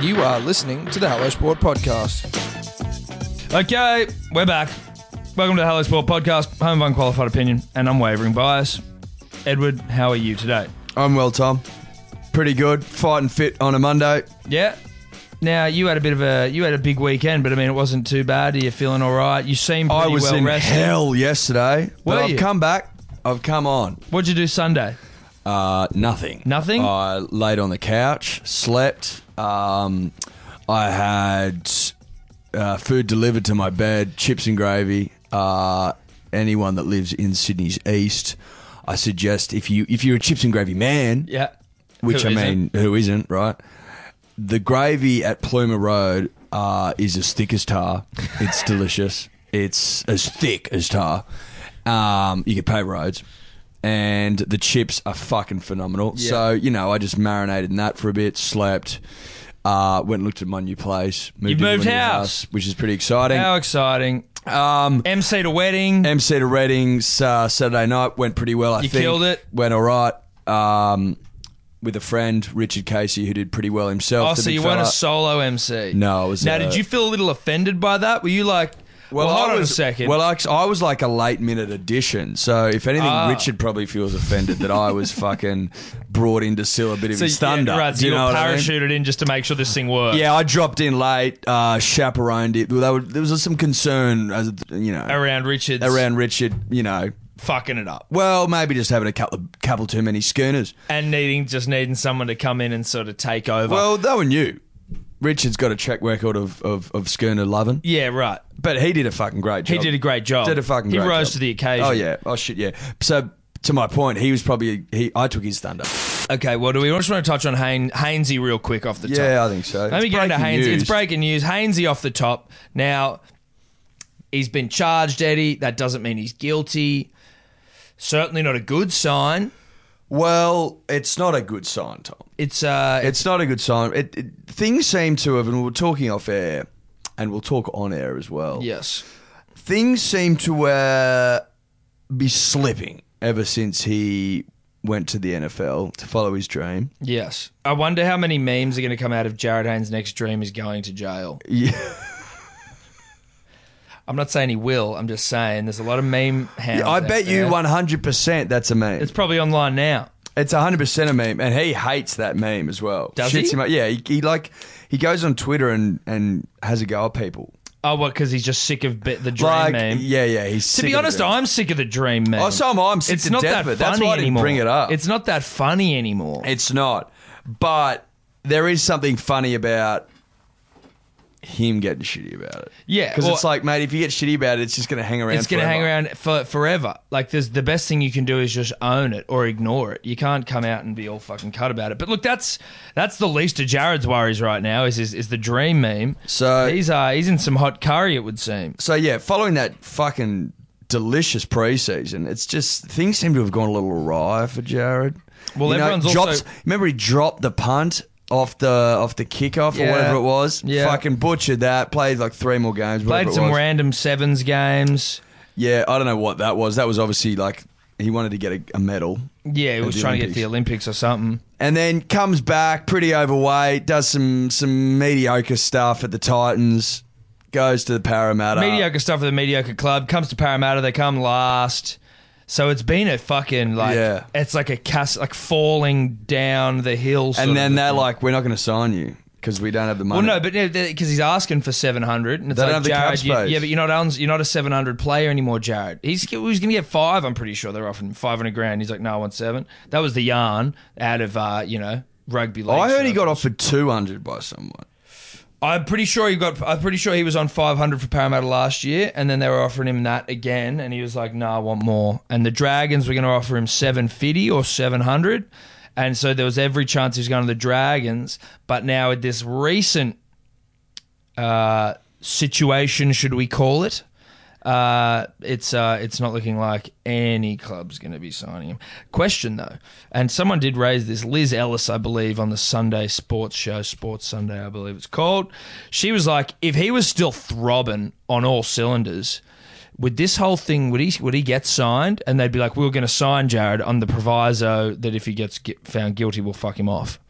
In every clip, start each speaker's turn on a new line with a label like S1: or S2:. S1: You are listening to the Hello Sport podcast.
S2: Okay, we're back. Welcome to the Hello Sport Podcast, home of unqualified opinion and unwavering bias. Edward, how are you today?
S3: I'm well, Tom. Pretty good. Fight and fit on a Monday.
S2: Yeah. Now you had a bit of a you had a big weekend, but I mean it wasn't too bad. Are you feeling all right? You seem pretty
S3: I was
S2: well
S3: in
S2: rested.
S3: hell yesterday.
S2: Were
S3: but
S2: you?
S3: I've come back. I've come on.
S2: What'd you do Sunday?
S3: Uh, nothing.
S2: Nothing?
S3: I laid on the couch, slept. Um, I had uh, food delivered to my bed, chips and gravy. Uh, anyone that lives in Sydney's east, I suggest if you if you're a chips and gravy man,
S2: Yeah.
S3: which
S2: Who
S3: I
S2: isn't?
S3: mean, who isn't right? The gravy at Plumer Road uh, is as thick as tar. It's delicious. It's as thick as tar. Um, you can pay roads, and the chips are fucking phenomenal. So you know, I just marinated in that for a bit, slept. Uh, went and looked at my new place. Moved
S2: You've
S3: into a
S2: moved
S3: new
S2: house.
S3: which is pretty exciting.
S2: How exciting.
S3: Um,
S2: MC to wedding.
S3: MC to Readings uh, Saturday night went pretty well. I
S2: You
S3: think
S2: killed it.
S3: Went all right. Um, with a friend, Richard Casey, who did pretty well himself.
S2: oh,
S3: the
S2: so
S3: big
S2: you weren't a
S3: fella.
S2: solo MC.
S3: No, it was,
S2: Now
S3: uh,
S2: did you feel a little offended by that? Were you like well, hold
S3: I
S2: on
S3: was,
S2: a second.
S3: Well, I, I was like a late minute addition. So if anything,
S2: Ah.
S3: Richard probably feels offended that I was fucking brought in to steal a bit of
S2: so,
S3: his thunder.
S2: Yeah, right,
S3: Do
S2: so
S3: you
S2: you
S3: know
S2: were
S3: what I mean?
S2: parachuted in just to make sure this thing works.
S3: Yeah, I dropped in late, uh, chaperoned it. Well, There was, there was some concern, as you know,
S2: Around Richard's
S3: around Richard. You know,
S2: fucking it up.
S3: well, maybe just having a couple, of, couple too many schooners.
S2: and needing just needing someone to come in and sort of take over.
S3: Well, that one you. Richard's got a track record of of, of Skirner loving,
S2: yeah, right.
S3: but he did a fucking great
S2: He
S3: job.
S2: did a great job.
S3: Did a fucking.
S2: He
S3: great
S2: rose
S3: job.
S2: to the occasion.
S3: Oh yeah. Oh shit. Yeah. So to my point, he was probably he. I took his thunder.
S2: Okay, well, do we just want to touch on Hain- Hainsey real quick off the top?
S3: Yeah, I think so.
S2: Let me
S3: It's
S2: get into
S3: breaking
S2: Hainsey.
S3: news.
S2: It's breaking news. Hainsey off the top. Now, he's been charged, Eddie. That doesn't mean he's guilty. Certainly not a good sign.
S3: Well, it's not a good sign, Tom.
S2: It's uh,
S3: It's not a good sign. It, it, things seem to have, and we we're talking off air, and we'll talk on air as well.
S2: yes.
S3: things seem to uh, be slipping ever since he went to the NFL to follow his dream.
S2: Yes. I wonder how many memes are going to come out of Jared Haynes' next dream is going to jail.
S3: Yeah.
S2: I'm not saying he will. I'm just saying there's a lot of meme hounds.
S3: I
S2: out
S3: bet you
S2: there.
S3: 100% that's a meme.
S2: It's probably online now.
S3: It's 100% a meme. And he hates that meme as well.
S2: Does
S3: Shits
S2: he?
S3: Him up. Yeah, he, he like, he goes on Twitter and, and has a go at people.
S2: Oh, what? Because he's just sick of bi- the dream
S3: like,
S2: meme.
S3: yeah, yeah. He's
S2: to be honest, I'm sick of the dream meme.
S3: Oh, so am I. I'm sick
S2: it's
S3: to
S2: not
S3: death
S2: that
S3: of it.
S2: funny
S3: That's why I didn't
S2: anymore.
S3: bring it up.
S2: It's not that funny anymore.
S3: It's not. But there is something funny about him getting shitty about it.
S2: Yeah,
S3: Because
S2: well-
S3: it's like, mate, if you get shitty about it, it's just going to hang around
S2: It's going to
S3: forever.
S2: hang around for forever. Like, there's the best thing you can do is just own it or ignore it. You can't come out and be all fucking cut about it. But look, that's that's the least of Jared's worries right now. Is is, is the dream meme?
S3: So-
S2: he's uh, he's in some hot curry, it would seem.
S3: So, yeah, following that fucking delicious preseason, it's just things seem to have gone a little awry for Jared.
S2: Well, everyone's also-
S3: drops, Remember, he dropped the punt. Off the off the kickoff
S2: Yeah.
S3: or whatever it was,
S2: Yeah.
S3: fucking butchered that. Played like three more games. whatever
S2: Played
S3: it
S2: some
S3: was.
S2: random sevens games.
S3: Yeah, I don't know what that was. That was obviously like he wanted to get a, a medal.
S2: Yeah, he
S3: At
S2: was
S3: the
S2: trying to get to the Olympics or something.
S3: And then comes back pretty overweight, does some some mediocre stuff at the Titans, goes to the Parramatta.
S2: mediocre stuff with a mediocre club comes to Parramatta. They come last, so it's been a fucking like
S3: Yeah.
S2: it's like a cast like falling down the hill. sort
S3: And then
S2: of
S3: they're
S2: thing.
S3: like, we're not going to sign you because we don't have the
S2: Well,
S3: money.
S2: no, but because he's asking for seven hundred, and it's
S3: They
S2: like
S3: don't have the cap
S2: Jared, you-
S3: space.
S2: yeah, but you're not on, you're not a seven hundred player anymore, Jared. He's he's going to get five. I'm pretty sure they're offering five hundred grand. He's like, no, I want seven. That was the yarn out of uh, you know rugby league.
S3: Oh, I heard he
S2: circles.
S3: got offered two hundred by someone.
S2: I'm pretty sure he got. I'm pretty sure he was on 500 for Parramatta last year, and then they were offering him that again, and he was like, "No, I want more." And the Dragons were going to offer him 750 or 700, and so there was every chance he was going to the Dragons. But now with this recent uh, situation, should we call it? Uh, it's uh, it's not looking like any club's going to be signing him. Question though, and someone did raise this. Liz Ellis, I believe, on the Sunday Sports Show, Sports Sunday, I believe it's called. She was like, if he was still throbbing on all cylinders, would this whole thing would he would he get signed? And they'd be like, we were going to sign Jared on the proviso that if he gets gu- found guilty, we'll fuck him off.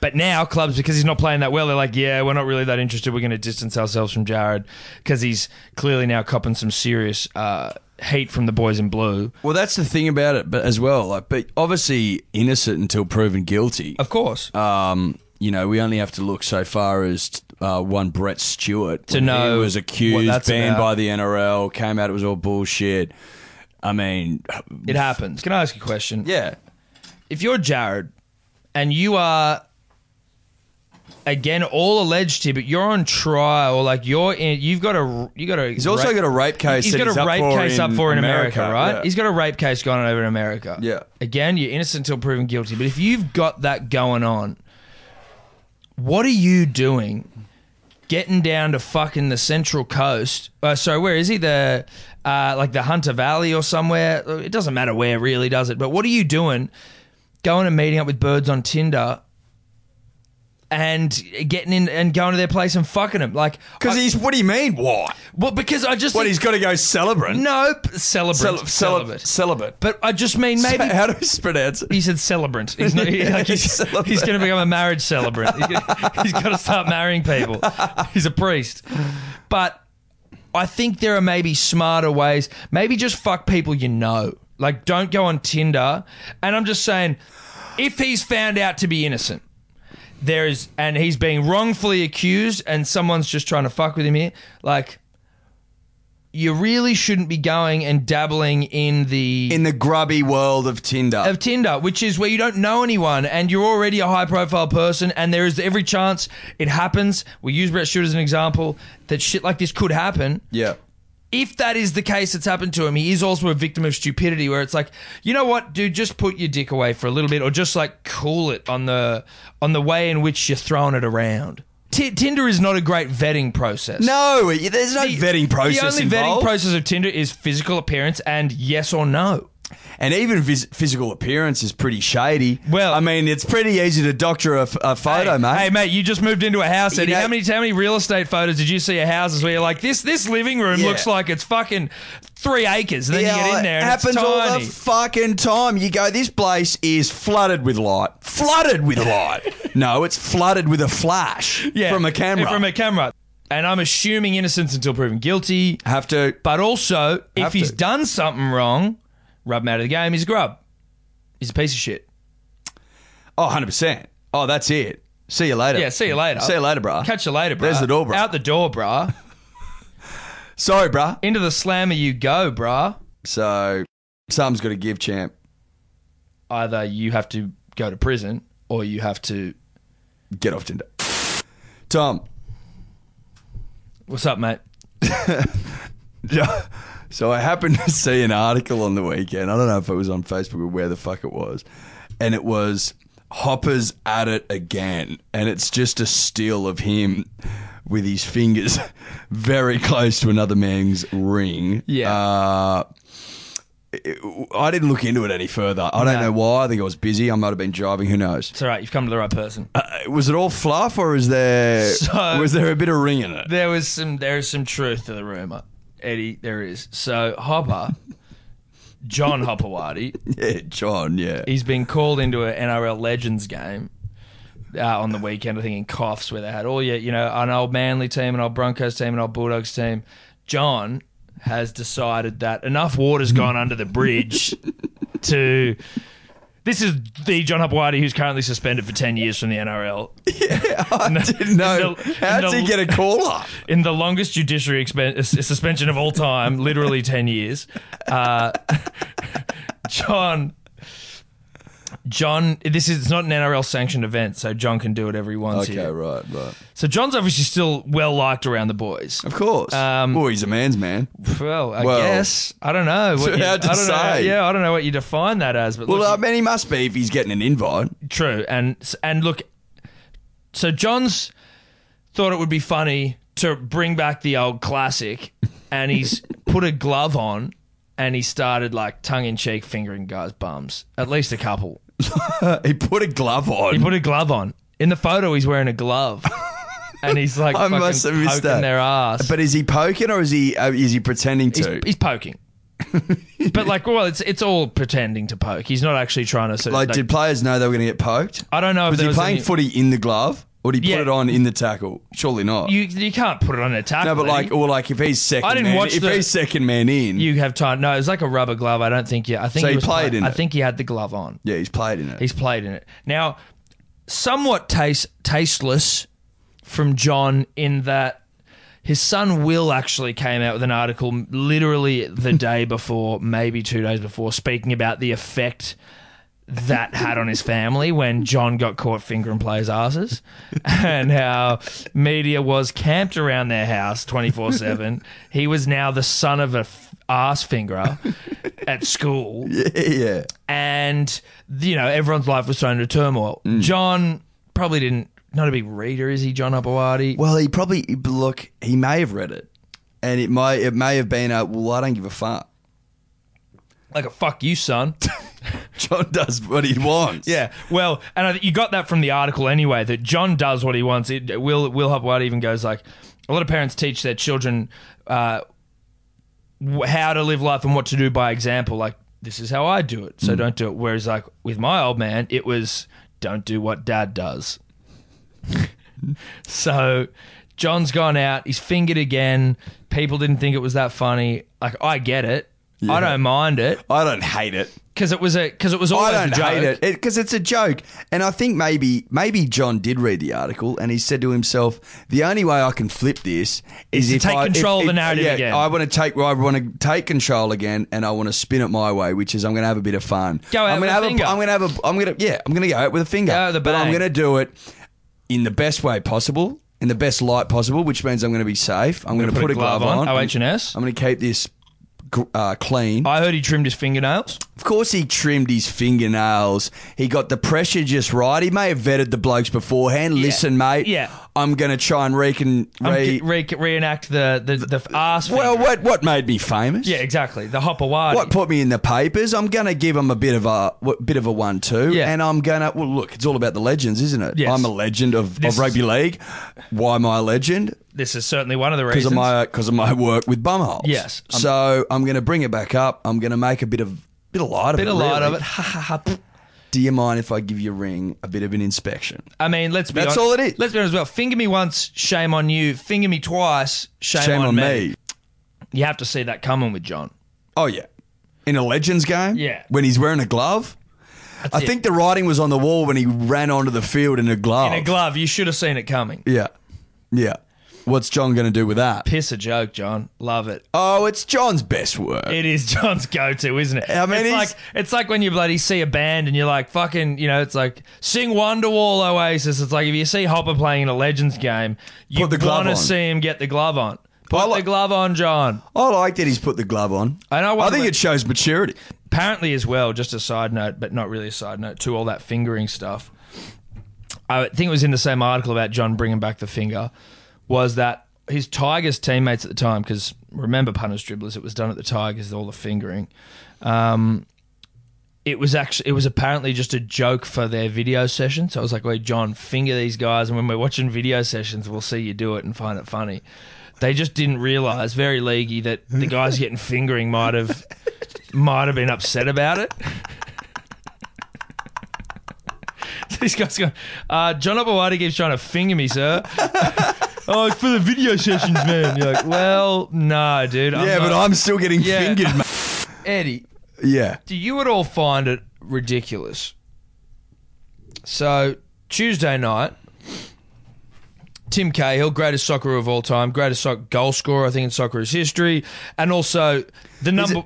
S2: But now clubs, because he's not playing that well, they're like, yeah, we're not really that interested. We're going to distance ourselves from Jared because he's clearly now copping some serious uh, hate from the boys in blue.
S3: Well, that's the thing about it, but as well, like, but obviously innocent until proven guilty.
S2: Of course,
S3: Um, you know, we only have to look so far as uh, one Brett Stewart to
S2: know
S3: he was accused,
S2: what that's
S3: banned
S2: about.
S3: by the NRL, came out it was all bullshit. I mean,
S2: it happens. Can I ask you a question?
S3: yeah,
S2: if you're Jared and you are again all alleged to, but you're on trial, or like you're in, you've got a you got a.
S3: He's also got a rape case
S2: He's
S3: that
S2: got
S3: he's
S2: a
S3: up
S2: rape
S3: for
S2: case up
S3: in
S2: for in America,
S3: America,
S2: right?
S3: yeah.
S2: He's got a rape case going on over in America.
S3: Yeah.
S2: Again, you're innocent until proven guilty. But if you've got that going on, what are you doing? Getting down to fucking the Central Coast. Uh, sorry, where is he? The uh, like the Hunter Valley or somewhere. It doesn't matter where, really, does it? But what are you doing? Going and meeting up with birds on Tinder. And getting in and going to their place and fucking them like
S3: because
S2: I-
S3: he's. What do you mean? Why?
S2: well because I just
S3: What
S2: think-
S3: he's got to go celebrant?
S2: Nope, celebrant.
S3: Cel- celibate.
S2: celibate.
S3: Celibate.
S2: but I just mean maybe
S3: How do we pronounce it?
S2: he said celebrant. He's, not, he- like he's,
S3: Celibate.
S2: he's going to become a marriage celebrant. He's gonna- he's got to start marrying people. He's a priest. But I think there are maybe smarter ways. Maybe just fuck people you know. Like don't go on Tinder. And I'm just saying, if he's found out to be innocent, there is, and he's being wrongfully accused, and someone's just trying to fuck with him here. Like, you really shouldn't be going and dabbling in the
S3: In the grubby world of Tinder.
S2: of Tinder, which is where you don't know anyone and you're already a high profile person, and there is every chance it happens. We use Brett Stewart as an example that shit like this could happen.
S3: yeah.
S2: If that is the case that's happened to him, he is also a victim of stupidity where it's like, you know what, dude, just put your dick away for a little bit or just like cool it on the on the way in which you're throwing it around. T- Tinder is not a great vetting process.
S3: No, there's no vetting process
S2: The only vetting
S3: involved.
S2: process of Tinder is physical appearance and yes or no.
S3: and even vis- physical appearance is pretty shady.
S2: Well-
S3: I mean, it's pretty easy to doctor a, f- a photo,
S2: hey,
S3: mate.
S2: Hey, mate, you just moved into a house, Eddie.
S3: know-
S2: how many how many real estate photos did you see of houses where you're like, this this living room
S3: Yeah.
S2: looks like it's fucking three acres, and then you get in there
S3: it
S2: and
S3: happens
S2: it's tiny.
S3: all the fucking time. You go, this place is flooded with light. Flooded with light. no, it's flooded with a flash
S2: yeah,
S3: from a camera.
S2: From a camera. And I'm assuming innocence until proven guilty.
S3: Have to.
S2: But also, if
S3: Have
S2: he's
S3: to.
S2: done something wrong, rub him out of the game. He's a grub. He's a piece of shit.
S3: Oh, 100%. Oh, that's it. See you later.
S2: Yeah, see you later.
S3: See you later, brah.
S2: Catch you later, bro.
S3: There's the door, bruh.
S2: Out the door, brah.
S3: Sorry, brah.
S2: Into the slammer you go, brah.
S3: So, something's got to give, champ.
S2: Either you have to go to prison or you have to.
S3: Get off Tinder. Tom.
S2: What's up, mate?
S3: Yeah. So I happened to see an article on the weekend. I don't know if it was on Facebook or where the fuck it was. And it was Hopper's at it again. And it's just a still of him with his fingers very close to another man's ring.
S2: Yeah.
S3: Uh, it- I didn't look into it any further. I don't
S2: No.
S3: know why. I think I was busy. I might have been driving. Who knows?
S2: It's all right. You've come to the right person.
S3: Uh, was it all fluff or is there
S2: So-
S3: was there a bit of ring in it?
S2: there was some. There is some truth to the rumor, Eddie. There is. So Hopper, John Hopperwadi,
S3: Yeah, John. Yeah.
S2: he's been called into an NRL Legends game uh, on the weekend. I think in Coffs, where they had all your, you know, an old Manly team, an old Broncos team, an old Bulldogs team. John has decided that enough water's gone under the bridge to. This is the John Hopwadi who's currently suspended for ten years from the NRL.
S3: I didn't know.
S2: in the-
S3: How
S2: in
S3: did
S2: the-
S3: he get a call up?
S2: in the longest judiciary expen- s- suspension of all time, literally 10 years. Uh, John. John, this is it's not an NRL sanctioned event, so John can do whatever he wants
S3: Okay,
S2: here.
S3: right, right.
S2: So John's obviously still well liked around the boys.
S3: Of course.
S2: Um,
S3: well, he's a man's man.
S2: Well, I
S3: Well,
S2: guess I don't know. What you,
S3: hard to
S2: I don't know.
S3: say.
S2: Yeah, I don't know what you define that as, but
S3: Well,
S2: look,
S3: I mean, he must be if he's getting an invite.
S2: True, and and look, so John's thought it would be funny to bring back the old classic, and he's put a glove on, and he started like tongue in cheek fingering guys' bums, at least a couple.
S3: he put a glove on.
S2: He put a glove on. In the photo, he's wearing a glove, and he's like
S3: I
S2: fucking
S3: must have missed
S2: poking
S3: that.
S2: their ass.
S3: but is he poking or is he uh, is he pretending
S2: he's,
S3: to?
S2: he's poking. but like, well, it's it's all pretending to poke. He's not actually trying to. sort of,
S3: Like,
S2: like-
S3: did players know they were going to get poked?
S2: I don't know if
S3: Was
S2: there
S3: he
S2: was
S3: playing
S2: any-
S3: footy in the glove, or did he
S2: Yeah.
S3: put it on in the tackle? Surely not.
S2: you you can't put it on a tackle.
S3: no, but like,
S2: Eddie.
S3: or like if he's second,
S2: I didn't
S3: man,
S2: watch
S3: if
S2: the-
S3: he's second man in,
S2: you have time. No, it was like a rubber glove. I don't think. Yeah, I think
S3: So he
S2: was
S3: played in
S2: I
S3: it.
S2: think he had the glove on.
S3: yeah, he's played in it.
S2: He's played in it. Now, somewhat taste tasteless from John in that his son Will actually came out with an article literally the day before, maybe two days before, speaking about the effect that had on his family when John got caught fingering players' asses and how media was camped around their house 24 7. He was now the son of a f- ass fingerer at school
S3: yeah, yeah.
S2: and you know everyone's life was thrown into turmoil. John probably didn't. Not a big reader, is he, John Abawadi?
S3: Well, he probably look. He may have read it, and it may it may have been a well. I don't give a fuck.
S2: Like a fuck you, son.
S3: John does what he wants.
S2: yeah. Well, and I, think you got that from the article anyway. That John does what he wants. It, Will Will Hopwad even goes like, a lot of parents teach their children uh, wh- how to live life and what to do by example. Like this is how I do it,
S3: Hmm.
S2: so don't do it. Whereas like with my old man, it was don't do what dad does. So John's gone out. He's fingered again. People didn't think it was that funny. Like I get it. I don't mind it
S3: I don't hate it.
S2: because it was a because it was
S3: I
S2: always
S3: don't
S2: a joke.
S3: hate it because it's a joke, and I think maybe maybe John did read the article and he said to himself, "The only way I can flip this is,
S2: to
S3: if
S2: take
S3: I, if-
S2: control of the
S3: if-
S2: narrative
S3: yeah,
S2: again."
S3: I want to take I want to take control again, and I want to spin it my way, which is I'm going to have a bit of fun.
S2: Go out
S3: I'm
S2: with
S3: gonna
S2: a
S3: have
S2: finger.
S3: I'm going to have a I'm going to yeah I'm going to go out with a finger,
S2: Go with a
S3: but I'm
S2: bang.
S3: going to do it in the best way possible, in the best light possible, which means I'm going to be safe. I'm, going to
S2: put
S3: put,
S2: a
S3: a glove,
S2: glove on, Oh,
S3: on.
S2: OH&S.
S3: I'm going to keep this gr- uh, clean.
S2: I heard he trimmed his fingernails.
S3: Of course, he trimmed his fingernails. He got the pressure just right. He may have vetted the blokes beforehand. Listen, mate.
S2: Yeah.
S3: I'm going to try and recon.
S2: I'm
S3: Re-
S2: ge- Um, re- reenact the the, the, ass.
S3: well,
S2: finger.
S3: what what made me famous?
S2: yeah, exactly. The hopper wide.
S3: What put me in the papers? I'm going to give him a bit of a what- bit of a one-two,
S2: Yeah.
S3: and I'm going to well look. It's all about the legends, isn't it?
S2: Yes.
S3: I'm a legend of,
S2: This
S3: of rugby league. Why am I a legend?
S2: This is certainly one of the
S3: Because
S2: reasons.
S3: of my because of my work with bumholes.
S2: Yes.
S3: so I'm going to bring it back up. I'm going to make a bit of bit of light
S2: bit
S3: of
S2: of
S3: it.
S2: light
S3: really.
S2: of it. Ha ha ha. pff.
S3: Do you mind if I give your ring a bit of an inspection?
S2: I mean, let's be
S3: That's
S2: hon-
S3: all it is.
S2: Let's be honest as well. Finger me once, shame on you. Finger me twice, shame,
S3: Shame
S2: on,
S3: on
S2: me.
S3: me.
S2: You have to see that coming with John.
S3: Oh yeah. In a Legends game?
S2: Yeah.
S3: When he's wearing a glove? I
S2: it.
S3: think the writing was on the wall when he ran onto the field in a glove.
S2: In a glove, you should have seen it coming.
S3: Yeah. Yeah. What's John going to do with that?
S2: Piss a joke, John. Love it.
S3: Oh, it's John's best work.
S2: It is John's go-to, isn't it?
S3: I mean,
S2: it's
S3: he's-
S2: like it's like when you bloody see a band and you're like, fucking, you know, it's like sing Wonderwall Oasis. It's like if you see Hopper playing in a Legends game, you
S3: Put the glove
S2: want to
S3: on.
S2: see him get the glove on.
S3: I
S2: Put
S3: like-
S2: the glove on, John.
S3: I like that he's put the glove on.
S2: I know,
S3: I
S2: what
S3: think
S2: about-
S3: it shows maturity.
S2: Apparently, as well, just a side note, but not really a side note to all that fingering stuff. I think it was in the same article about John bringing back the finger. Was that his Tigers teammates at the time? Because remember, punters, dribblers, it was done at the Tigers, all the fingering. Um, it was actually it was apparently just a joke for their video session. So I was like, "Wait, John, finger these guys, and when we're watching video sessions, we'll see you do it and find it funny." They just didn't realize, very leaguey, that the guys getting fingering might have might have been upset about it. These guys go, uh, John Abawadi keeps trying to finger me, sir. oh, it's for the video sessions, man. You're like, well, no, dude.
S3: yeah, but
S2: not-
S3: I'm still getting
S2: Yeah.
S3: fingered, mate.
S2: Eddie
S3: Yeah.
S2: do you at all find it ridiculous? So Tuesday night, Tim Cahill, greatest soccer of all time, greatest soc- goal scorer I think in soccer's history, and also the number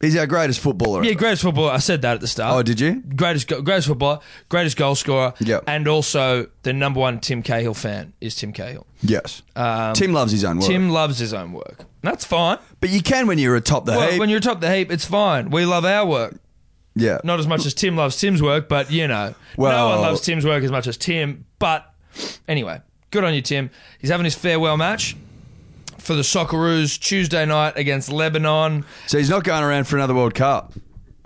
S3: He's our greatest footballer.
S2: yeah
S3: ever.
S2: greatest footballer. I said that at the start.
S3: Oh, did you?
S2: greatest go- greatest footballer, greatest goal scorer,
S3: Yep.
S2: and also the number one Tim Cahill fan is Tim Cahill.
S3: Yes.
S2: Um,
S3: Tim loves his own work.
S2: Tim loves his own work. That's fine.
S3: but you can when you're atop the
S2: Well,
S3: heap.
S2: when you're top of the heap, it's fine. We love our work.
S3: yeah.
S2: not as much as Tim loves Tim's work, but you know, no
S3: Well-
S2: one loves Tim's work as much as Tim. But anyway, good on you, Tim. He's having his farewell match for the Socceroos Tuesday night against Lebanon
S3: so he's not going around for another World Cup.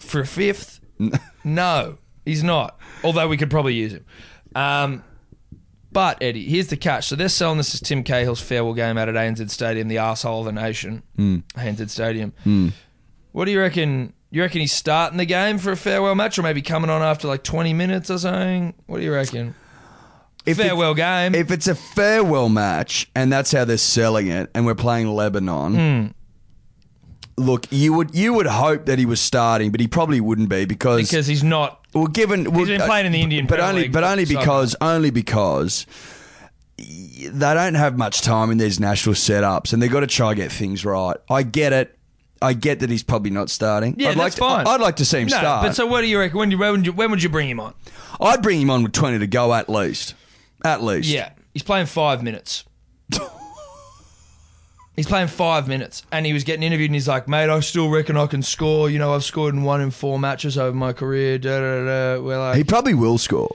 S2: for a fifth. no, he's not. Although we could probably use him. Um, but Eddie, here's the catch. So they're selling this as
S3: Hmm.
S2: Tim Cahill's farewell game out at ANZ Stadium, the arsehole of the nation, ANZ Stadium. What do you reckon? You reckon he's starting the game for a farewell match, or maybe coming on after like twenty minutes or something? What do you reckon?
S3: If it-
S2: farewell game.
S3: If it's a farewell match and that's how they're selling it, and we're playing Lebanon,
S2: Hmm.
S3: look, you would you would hope that he was starting, but he probably wouldn't be because,
S2: because he's not.
S3: well, given well,
S2: been playing in the
S3: uh,
S2: Indian
S3: but
S2: Premier
S3: only
S2: League
S3: but only
S2: soccer.
S3: because only because y- they don't have much time in these national setups, and they've got to try and get things right. I get it. I get that he's probably not starting.
S2: Yeah,
S3: I'd like
S2: that's
S3: to,
S2: fine.
S3: I'd like to see him
S2: no,
S3: start.
S2: But so, what do you reckon? When, do you, when, would you, when would you bring him on?
S3: I'd bring him on with twenty to go at least. At least.
S2: Yeah, he's playing five minutes. he's playing five minutes, and he was getting interviewed, and he's like, "Mate, I still reckon I can score. You know, I've scored in one in four matches over my career." Da, da, da. da." We're like,
S3: He probably will score.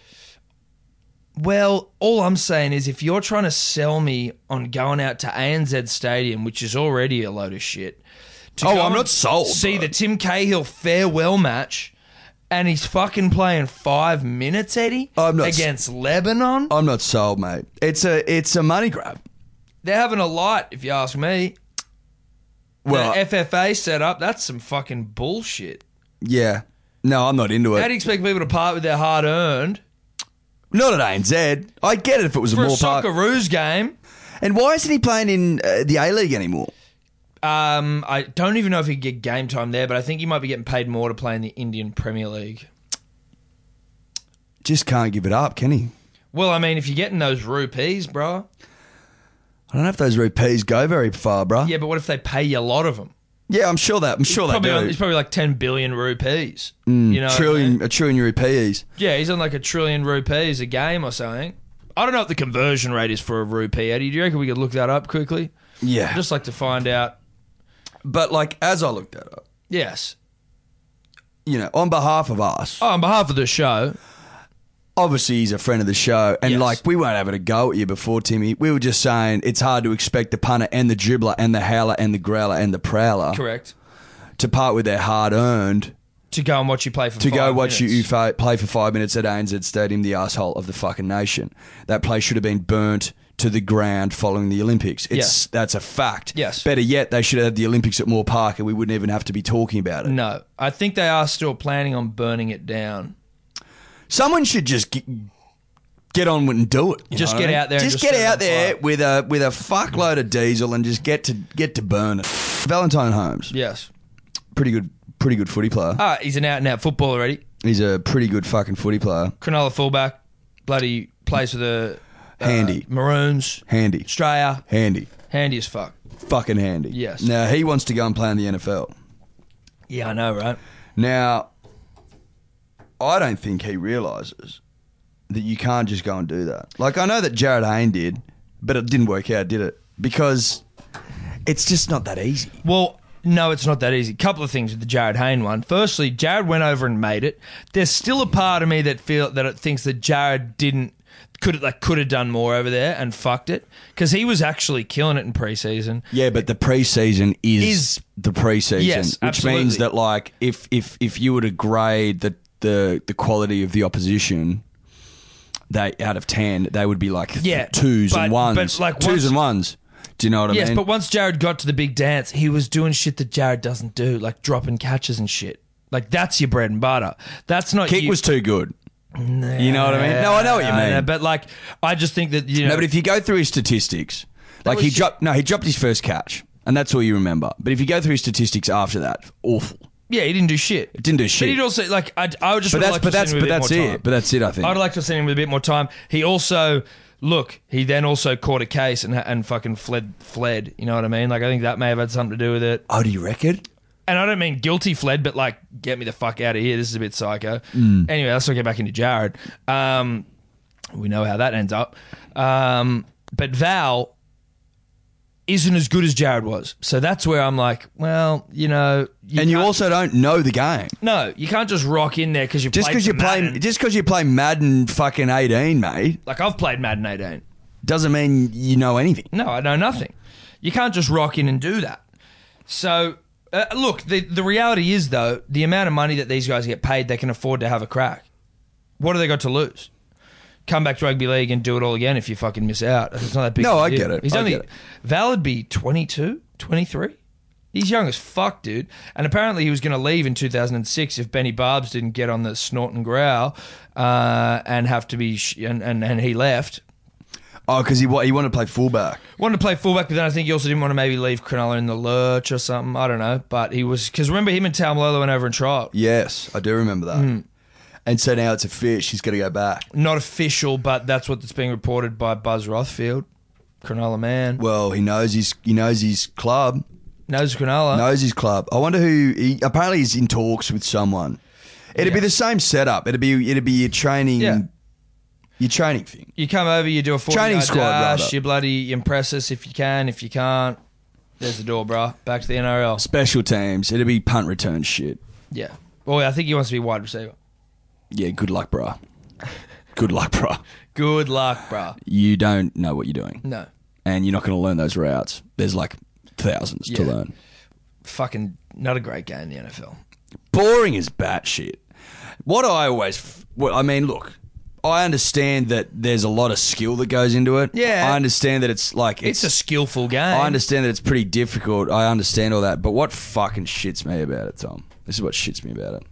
S2: Well, all I'm saying is if you're trying to sell me on going out to ANZ Stadium, which is already a load of shit. To
S3: Oh,
S2: go
S3: I'm
S2: and
S3: not sold,
S2: See
S3: bro.
S2: the Tim Cahill farewell match, and he's fucking playing five minutes, Eddie,
S3: I'm not s-
S2: against Lebanon.
S3: I'm not sold, mate. It's a it's a money grab.
S2: They're having a lot, if you ask me.
S3: Well,
S2: the FFA set up. That's some fucking bullshit.
S3: yeah. No, I'm not into
S2: How do
S3: it.
S2: you expect people to part with their hard earned
S3: Not at ANZ. I get it if it was a
S2: for a
S3: more part.
S2: Socceroos game?
S3: And why isn't he playing in uh, the A League anymore?
S2: Um, I don't even know if he could get game time there, but I think he might be getting paid more to play in the Indian Premier League.
S3: Just can't give it up, can he?
S2: Well, I mean, if you're getting those rupees, bro.
S3: I don't know if those rupees go very far, bruh. Yeah,
S2: Yeah, but what if they pay you a lot of them?
S3: I'm sure that I'm sure they
S2: probably
S3: do. Mm,
S2: on- it's probably like ten billion rupees. you know, what I
S3: trillion,
S2: mean?
S3: a trillion rupees.
S2: Yeah, he's on like a trillion rupees a game or something. I don't know what the conversion rate is for a rupee, Eddie. Do you reckon we could look that up quickly?
S3: Yeah,
S2: I'd just like to find out.
S3: but like as I looked at it,
S2: Yes.
S3: you know, on behalf of us,
S2: Oh, on behalf of the show,
S3: obviously he's a friend of the show, and
S2: Yes.
S3: like we weren't having a go at you before, Timmy. We were just saying it's hard to expect the punter and the dribbler and the howler and the growler and the prowler
S2: correct.
S3: to part with their hard earned
S2: To go and watch you play for
S3: to go
S2: five
S3: watch you
S2: minutes.
S3: UFA play for five minutes at ANZ Stadium, the asshole of the fucking nation. That place should have been burnt to the ground following the Olympics. It's that's a fact.
S2: Yes.
S3: Better yet, they should have had the Olympics at Moore Park, and we wouldn't even have to be talking about it.
S2: No, I think they are still planning on burning it down.
S3: Someone should just get, get on with and do it. you
S2: Just
S3: know what
S2: get
S3: I mean?
S2: out there and
S3: Just
S2: just
S3: get
S2: set it
S3: out
S2: on
S3: there
S2: fire.
S3: with a with a fuckload of diesel and just get to get to burn it. Valentine Holmes,
S2: Yes.
S3: pretty good, pretty good footy player.
S2: Ah, he's an out and out footballer already.
S3: He's a pretty good fucking footy player.
S2: Cronulla fullback, bloody plays for the uh,
S3: Handy.
S2: Maroons,
S3: Handy,
S2: Australia,
S3: handy.
S2: handy as fuck.
S3: fucking handy.
S2: Yes.
S3: Now he wants to go and play in the NFL.
S2: Yeah, I know, right?
S3: Now, I don't think he realizes that you can't just go and do that. Like I know that Jared Hayne did, but it didn't work out, did it? Because it's just not that easy.
S2: Well, no, it's not that easy. Couple of things with the Jared Hayne one. Firstly, Jared went over and made it. There's still a part of me that feel that it thinks that Jared didn't could like could have done more over there and fucked it because he was actually killing it in preseason.
S3: Yeah, but the preseason is,
S2: Is-
S3: the preseason,
S2: Yes,
S3: which means
S2: absolutely.
S3: that like if if if you were to grade the the the quality of the opposition. They out of ten, they would be like
S2: Yeah,
S3: twos and
S2: but-
S3: ones,
S2: but, like,
S3: twos
S2: once-
S3: and ones. Do you know what I
S2: Yes,
S3: mean?
S2: but once Jared got to the big dance, he was doing shit that Jared doesn't do, like dropping catches and shit. Like that's your bread and butter. That's not
S3: Kick
S2: you-
S3: was too good. You know what I mean? No, I know what you
S2: I
S3: mean.
S2: know, but like, I just think that you know.
S3: no, but if you go through his statistics, like
S2: was
S3: he
S2: shit.
S3: dropped no, he dropped his first catch, and that's all you remember. But if you go through his statistics after that, awful.
S2: yeah, he didn't do shit.
S3: Didn't do
S2: But
S3: shit.
S2: he'd also like. I, I would just.
S3: But
S2: would
S3: that's
S2: like
S3: but
S2: to have
S3: that's but
S2: seen him with a bit
S3: that's
S2: more
S3: it.
S2: time.
S3: But that's it. I think.
S2: I'd like to have seen him with a bit more time. He also, look, he then also caught a case and and fucking fled fled. You know what I mean? Like I think that may have had something to do with it.
S3: oh, do you reckon?
S2: And I don't mean guilty fled, but like get me the fuck out of here. This is a bit psycho.
S3: Mm.
S2: Anyway, let's not get back into Jared. Um, we know how that ends up. Um, but Val isn't as good as Jared was, so that's where I'm like, well, you know, you
S3: and you
S2: can't-
S3: also don't know the game
S2: no, you can't just rock in there because you
S3: just
S2: because
S3: because you play just because you play Madden fucking eighteen, mate,
S2: like I've played Madden 18.
S3: doesn't mean you know anything.
S2: No, I know nothing. You can't just rock in and do that. So, uh, look, the, the reality is, though, the amount of money that these guys get paid, they can afford to have a crack. What do they got to lose? Come back to rugby league and do it all again if you fucking miss out. It's not that big.
S3: No,
S2: of a
S3: I
S2: deal.
S3: get it.
S2: He's
S3: I
S2: only
S3: get it.
S2: Val would be 22, 23. He's young as fuck, dude. And apparently he was going to leave in 2006 if Benny Barbs didn't get on the snort and growl uh, and have to be sh- and, and and he left.
S3: Oh, because he wa- he wanted to play fullback.
S2: Wanted to play fullback, but then I think he also didn't want to maybe leave Cronulla in the lurch or something. I don't know. But he was because remember him and Tamalolo went over and tried.
S3: Yes, I do remember that.
S2: Hmm.
S3: And so now it's a fish. He's got to go back.
S2: Not official, but that's what's being reported by Buzz Rothfield, Cronulla man.
S3: Well, he knows his he knows his club,
S2: Knows Cronulla.
S3: knows his club. I wonder who. He, apparently, he's in talks with someone. It'd be
S2: Yeah.
S3: the same setup. It'd be it'd be your training,
S2: Yeah.
S3: your training thing.
S2: You come over, you do a 40
S3: Training
S2: yard
S3: squad,
S2: dash,
S3: rather.
S2: you bloody impress us if you can. If you can't, there's the door, bruh. Back to the NRL.
S3: Special teams. It'd be punt return shit.
S2: Yeah. Well, I think he wants to be wide receiver.
S3: Yeah, good luck, bruh. Good luck, bruh.
S2: Good luck, bruh.
S3: You don't know what you're doing,
S2: No.
S3: and you're not going to learn those routes. There's like thousands to
S2: Yeah.
S3: learn.
S2: Fucking not a great game in the NFL.
S3: boring as batshit. What I always, well, I mean, look, I understand that there's a lot of skill that goes into it.
S2: Yeah.
S3: I understand that it's like
S2: It's,
S3: it's.
S2: a skillful game.
S3: I understand that it's pretty difficult. I understand all that, but what fucking shits me about it, Tom? This is what shits me about it.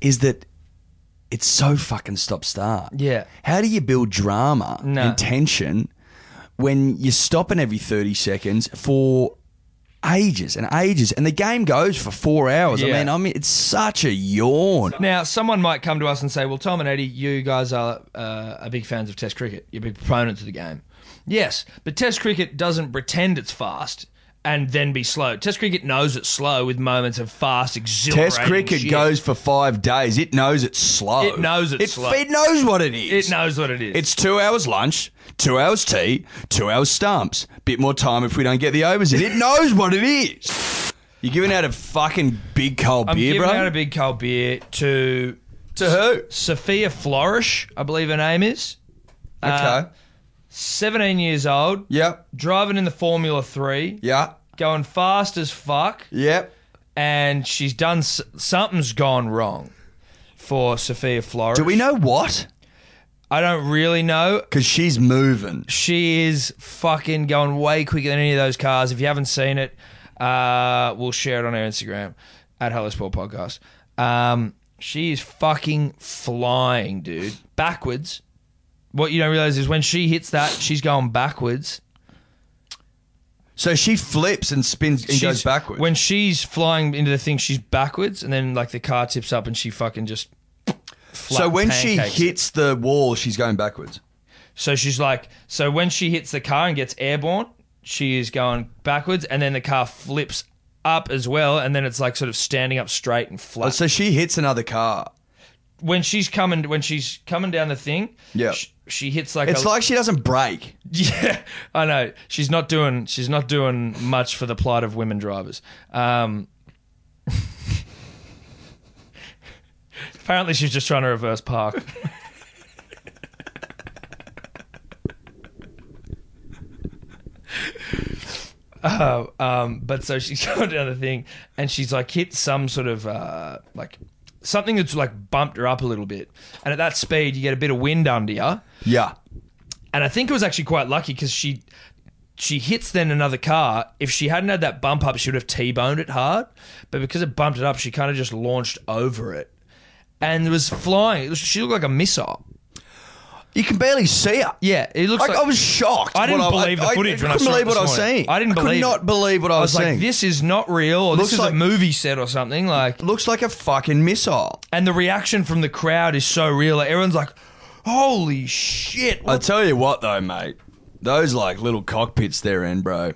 S3: Is that it's so fucking stop start.
S2: Yeah.
S3: How do you build drama
S2: No.
S3: and tension when you're stopping every 30 seconds for ages and ages and the game goes for four hours? I
S2: Yeah.
S3: mean, I mean, it's such a yawn.
S2: Now, someone might come to us and say, "Well, Tom and Eddie, you guys are uh, are big fans of Test cricket. You're big proponents of the game." Yes, but Test cricket doesn't pretend it's fast and then be slow. Test cricket knows it's slow with moments of fast, exhilarating.
S3: Test cricket
S2: shit.
S3: goes for five days. It knows it's slow.
S2: It knows it's
S3: it,
S2: slow.
S3: It knows what it is.
S2: It knows what it is.
S3: It's two hours lunch, two hours tea, two hours stumps. Bit more time if we don't get the overs in. It knows what it is. You're giving out a fucking big cold
S2: I'm
S3: beer,
S2: giving
S3: bro.
S2: out a big cold beer to
S3: to who?
S2: Sophia Flourish, I believe her name is.
S3: Okay.
S2: Uh, 17 years old,
S3: yep.
S2: driving in the Formula 3,
S3: Yeah.
S2: going fast as fuck.
S3: Yep.
S2: and she's done s- something's gone wrong for Sophia Flores.
S3: Do we know what?
S2: I don't really know.
S3: Because she's moving.
S2: She is fucking going way quicker than any of those cars. If you haven't seen it, uh, we'll share it on our Instagram at Hello Sport Podcast. Um, she is fucking flying, dude, backwards. What you don't realize is when she hits that, she's going backwards.
S3: So she flips and spins and
S2: She's-
S3: goes backwards.
S2: When she's flying into the thing, she's backwards, and then like the car tips up, and she fucking just.
S3: so
S2: flat
S3: when she
S2: pancakes it.
S3: hits the wall, she's going backwards.
S2: So she's like, so when she hits the car and gets airborne, she is going backwards, and then the car flips up as well, and then it's like sort of standing up straight
S3: Oh,
S2: and flat.
S3: So she hits another car.
S2: when she's coming, when she's coming down the thing,
S3: Yeah.
S2: sh- she, hits like
S3: It's
S2: a,
S3: like she doesn't break.
S2: yeah, I know she's not doing she's not doing much for the plight of women drivers. Um, apparently, she's just trying to reverse park. Oh, um, but so she's going down the thing, and she's like hit some sort of uh, like something that's like bumped her up a little bit, and at that speed, you get a bit of wind under you
S3: Yeah.
S2: and I think it was actually quite lucky because she she hits then another car. If she hadn't had that bump up, she would have t-boned it hard. But because it bumped it up, she kind of just launched over it and it was flying. It was, she looked like a missile.
S3: You can barely see her.
S2: Yeah, it looks
S3: Like,
S2: like
S3: I was shocked.
S2: I didn't
S3: what
S2: believe the footage when I
S3: couldn't
S2: saw it
S3: believe what
S2: this
S3: I was
S2: morning.
S3: seeing.
S2: I didn't
S3: I could
S2: believe
S3: not
S2: it.
S3: believe what I
S2: I
S3: was,
S2: was like,
S3: seeing.
S2: this is not real, or
S3: Looks
S2: this is
S3: like-
S2: a movie set or something. Like,
S3: Looks like a fucking missile.
S2: and the reaction from the crowd is so real. Like, everyone's like, "Holy shit!"
S3: I tell you what, though, mate. Those like little cockpits they're in, bro.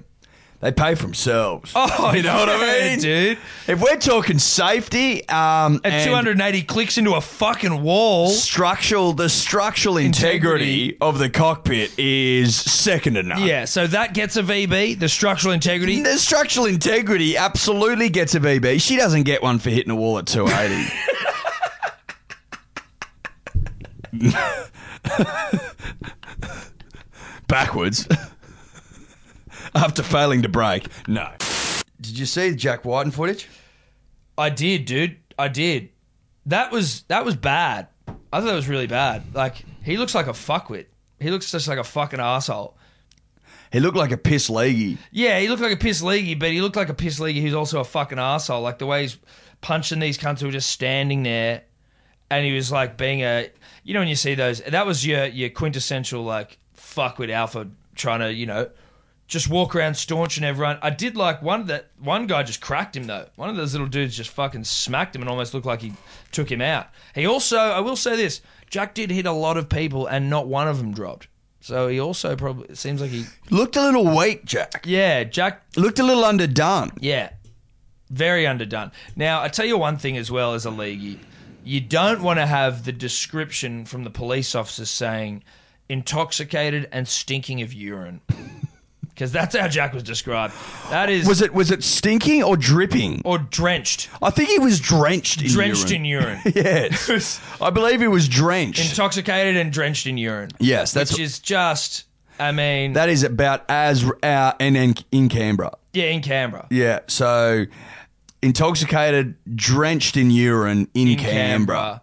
S3: They pay for themselves.
S2: Oh,
S3: you know what I
S2: yeah,
S3: mean,
S2: dude.
S3: If we're talking safety, um,
S2: At
S3: and
S2: 280 clicks into a fucking wall.
S3: structural, the structural integrity,
S2: Integrity.
S3: of the cockpit is second to none.
S2: Yeah, so that gets a VB, the structural integrity.
S3: The structural integrity absolutely gets a VB. She doesn't get one for hitting a wall at 280. Backwards. After failing to break. No. Did you see Jack Whiten footage?
S2: I did, dude. I did. That was that was bad. I thought that was really bad. Like he looks like a fuckwit. He looks just like a fucking asshole.
S3: He looked like a piss leggy.
S2: Yeah, he looked like a piss leaguey, but he looked like a piss leaguey who's also a fucking asshole. Like the way he's punching these cunts who were just standing there, and he was like being a, you know, when you see those, that was your your quintessential like fuck with alpha trying to you know just walk around staunching everyone. I did like one that one guy just cracked him though. One of those little dudes just fucking smacked him and almost looked like he took him out. He also, I will say this, Jack did hit a lot of people and not one of them dropped. So he also probably it seems like he
S3: Looked a little weak, Jack.
S2: yeah Jack
S3: Looked a little underdone.
S2: yeah. Very underdone. Now, I tell you one thing as well as a leaguey. You don't want to have the description from the police officer saying intoxicated and stinking of urine. Because that's how Jack was described. That is
S3: Was it was it stinking or dripping?
S2: or drenched.
S3: I think he was drenched in
S2: Drenched
S3: urine.
S2: in urine.
S3: Yes. I believe he was drenched.
S2: intoxicated and drenched in urine.
S3: yes, that's
S2: Which is just I mean
S3: that is about as uh, and in, in Canberra.
S2: Yeah, in Canberra.
S3: Yeah, so intoxicated, drenched in urine in,
S2: In
S3: Canberra.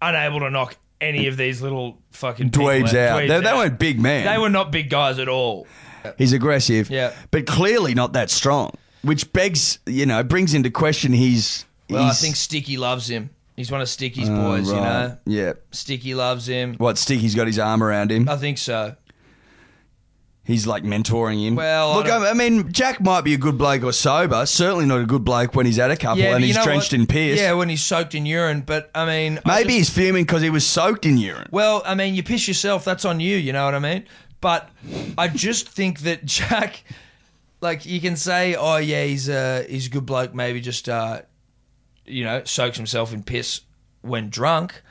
S2: Unable to knock any of these little fucking people
S3: Dweebs out.
S2: Dweebs
S3: they, they
S2: out.
S3: weren't big man.
S2: They were not big guys at all.
S3: He's aggressive.
S2: Yeah.
S3: But clearly not that strong, which begs, you know, brings into question his.
S2: Well, I
S3: his-
S2: think Sticky loves him. He's one of Sticky's
S3: Oh,
S2: boys, you
S3: right.
S2: know.
S3: Yeah.
S2: Sticky loves him.
S3: What, Sticky's got his arm around him?
S2: I think so.
S3: He's like mentoring him.
S2: Well, I
S3: look,
S2: don't-
S3: I, I mean, Jack might be a good bloke or sober. Certainly not a good bloke when he's at a couple
S2: Yeah, but
S3: and
S2: you
S3: he's
S2: know
S3: drenched
S2: what?
S3: in piss.
S2: Yeah, when he's soaked in urine. But I mean, I
S3: Maybe he's
S2: just-
S3: fuming because he was soaked in urine.
S2: well, I mean, you piss yourself. That's on you. You know what I mean? But I just think that Jack, like, you can say, oh yeah, he's a he's a good bloke. Maybe just uh, you know, soaks himself in piss when drunk.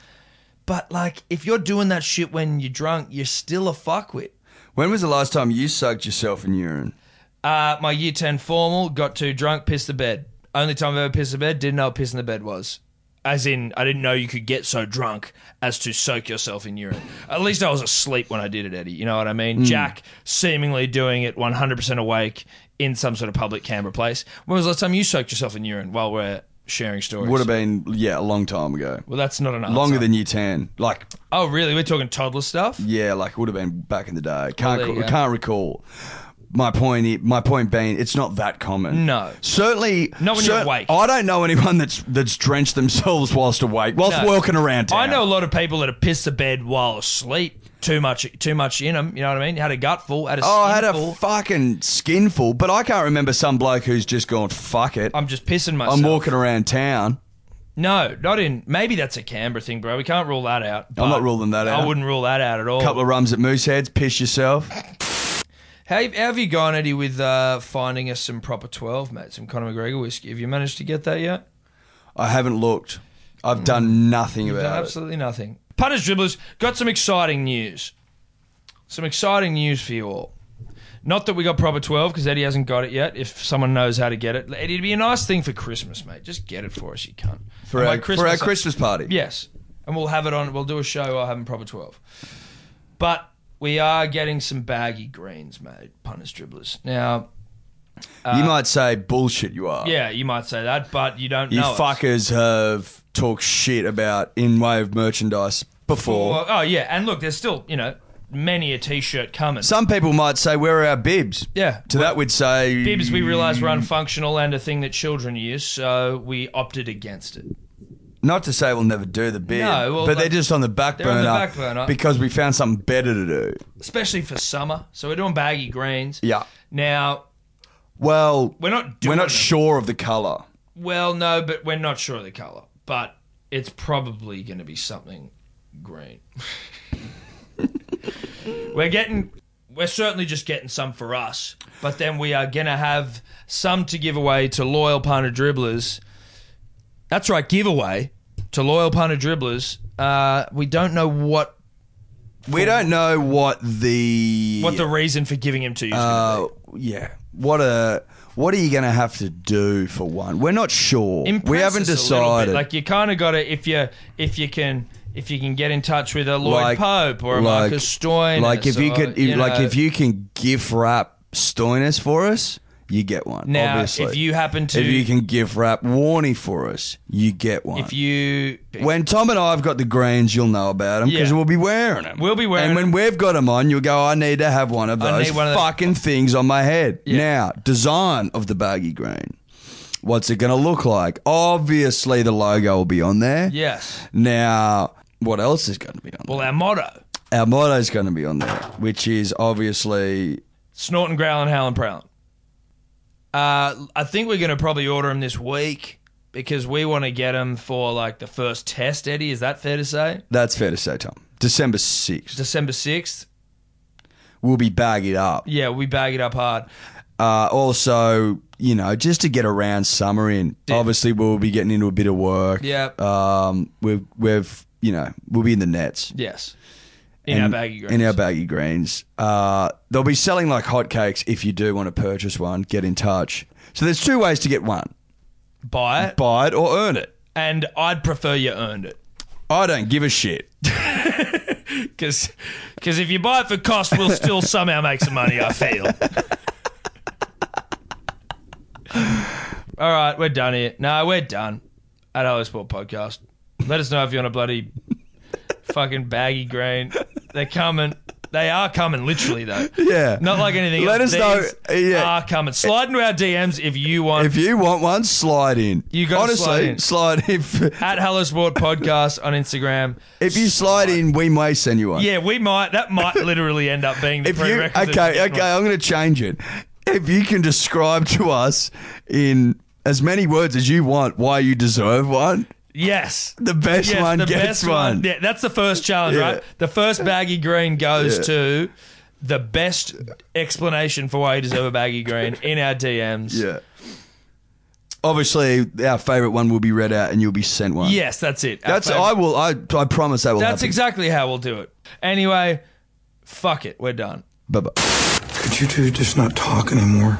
S2: But like, if you're doing that shit when you're drunk, you're still a fuckwit.
S3: When was the last time you soaked yourself in urine?
S2: Uh, my year 10 formal, got too drunk, pissed the bed. Only time I've ever pissed the bed, didn't know what pissing the bed was. As in, I didn't know you could get so drunk as to soak yourself in urine. At least I was asleep when I did it, Eddie. You know what I
S3: Mm.
S2: mean? Jack seemingly doing it 100% awake in some sort of public Canberra place. When was the last time you soaked yourself in urine while we're sharing stories?
S3: Would have been, yeah, a long time ago.
S2: well, that's not an answer.
S3: Longer than year 10. Like,
S2: Oh, really? We're talking toddler stuff?
S3: Yeah, like it would have been back in the day. Can't
S2: there you
S3: ca-
S2: go.
S3: can't recall. My point, i- my point being, it's not that common.
S2: No.
S3: certainly
S2: Not when you're awake.
S3: I don't know anyone that's that's drenched themselves whilst awake, whilst
S2: No.
S3: walking around. Town.
S2: I know a lot of people that have pissed the bed while asleep. Too much, too much in them. You know what I mean? Had a gutful, had a
S3: Oh, I had
S2: skinful.
S3: a fucking skinful, but I can't remember some bloke who's just gone fuck it. I'm,
S2: I'm just pissing myself.
S3: walking around town.
S2: no, not in. Maybe that's a Canberra thing, bro. We can't rule that out. but
S3: not ruling that out.
S2: I wouldn't rule that out at all.
S3: Couple of rums at Mooseheads, piss yourself.
S2: how, how have you gone, Eddie, with uh, finding us some proper 12, mate? Some Conor McGregor whiskey. Have you managed to get that yet?
S3: I haven't looked.
S2: Mm.
S3: I've done nothing about it.
S2: Absolutely nothing. Punters, dribblers, got some exciting news. Some exciting news for you all. Not that we got proper 12 because Eddie hasn't got it yet. If someone knows how to get it, Eddie, it'd be a nice thing for Christmas, mate. Just get it for us, you cunt.
S3: for
S2: And by
S3: our, for our Christmas party.
S2: Yes. And we'll have it on, we'll do a show, I'll have them proper 12. But we are getting some baggy greens, mate, punters, dribblers. Now,
S3: you might say bullshit. You are.
S2: uh, yeah, you might say that, but you don't
S3: You
S2: know. it.
S3: fuckers have talked shit about in way of merchandise before.
S2: Well, oh, yeah. And look, there's still, you know, many a t shirt coming.
S3: Some people might say, "Where are our bibs?"
S2: yeah.
S3: To that, we'd say,
S2: Bibs, we realised were unfunctional and a thing that children use, so we opted against it.
S3: Not to say we'll never do the bib,
S2: No, well,
S3: but they're
S2: like-
S3: just on the back
S2: They're on
S3: burner
S2: the back burner.
S3: because we found something better to do.
S2: Especially for summer. So we're doing baggy greens.
S3: Yeah.
S2: Now,
S3: Well,
S2: we're not doing
S3: we're not
S2: them.
S3: sure of the color.
S2: Well, no, but we're not sure of the colour. But it's probably going to be something green. we're getting. We're certainly just getting some for us, but then we are going to have some to give away to loyal punter dribblers. That's right, giveaway to loyal punter dribblers. Uh, we don't know what
S3: We don't know what the
S2: what the reason for giving him to you is
S3: uh,
S2: going to
S3: yeah. What a what are you going to have to do for one? We're not sure.
S2: be. Impress
S3: we haven't
S2: us a little bit.
S3: decided.
S2: Like you kind of got to if you if you can if you can get in touch with a Lloyd Pope or a Marcus Stoinis.
S3: Like if you
S2: or,
S3: could, if, like
S2: know,
S3: if you can gift wrap Stoinis for us, you get one.
S2: Now,
S3: obviously.
S2: if you happen to-
S3: if you can gift wrap Warnie for us, you get one.
S2: If you
S3: when Tom and I've got the greens, you'll know about them because
S2: Yeah.
S3: we'll be wearing them.
S2: We'll be wearing
S3: And when
S2: 'em.
S3: we've got them on, you'll go. I need to have one of
S2: I
S3: those
S2: need one of those."
S3: fucking things on my head.
S2: Yeah.
S3: Now, design of the baggy green. What's it going to look like? Obviously, the logo will be on there.
S2: yes,
S3: Now, what else is going to be on
S2: well, our motto:
S3: there? Our motto's going to be on there, which is obviously
S2: snort and growl and howl and prowl. Uh, I think we're gonna probably order them this week because we want to get them for like the first test. Eddie, is that fair to say?
S3: that's fair to say, Tom. December sixth,
S2: December sixth.
S3: we'll be bagging up.
S2: Yeah, we bag it up hard.
S3: Uh, also, you know, just to get around summer in.
S2: Yeah.
S3: Obviously, we'll be getting into a bit of work.
S2: Yeah.
S3: Um, we've we've you know we'll be in the nets
S2: Yes, in our
S3: And-
S2: baggy.
S3: In
S2: grounds.
S3: our baggy greens, uh, they'll be selling like hotcakes. If you do want to purchase one, get in touch. So there's two ways to get one:
S2: buy it,
S3: buy it or earn it.
S2: and I'd prefer you earned it.
S3: I don't give a shit.
S2: Because if you buy it for cost, we'll still somehow make some money, I feel. All right, we're done here. No, we're done. At Hello Sport Podcast. Let us know if you want a bloody fucking baggy green. They're coming. They are coming, literally, though.
S3: Yeah.
S2: Not like anything
S3: Let
S2: else.
S3: us know-
S2: These
S3: yeah.
S2: are coming. Slide into our DMs if you want.
S3: If you want one, slide in.
S2: You gotta
S3: honestly
S2: slide in.
S3: slide if
S2: at Hello Sport Podcast on Instagram.
S3: if you slide in, we may send you one.
S2: Yeah, we might. That might literally end up being the
S3: If you
S2: prerequisite. to
S3: okay,
S2: get one.
S3: okay, I'm going to change it. If you can describe to us in as many words as you want why you deserve one,
S2: Yes.
S3: the best
S2: yes,
S3: one
S2: the
S3: gets
S2: best
S3: one.
S2: Yeah, that's the first challenge,
S3: Yeah.
S2: right? The first baggy green goes
S3: Yeah.
S2: to the best explanation for why you deserve a baggy green in our DMs.
S3: Yeah. Obviously, our favorite one will be read out, and you'll be sent one.
S2: Yes, that's it. Our
S3: that's
S2: favourite-
S3: I will. I I promise that will
S2: that's
S3: happen.
S2: exactly how we'll do it. Anyway, fuck it. We're done.
S3: Bye bye.
S4: Could you two just not talk anymore?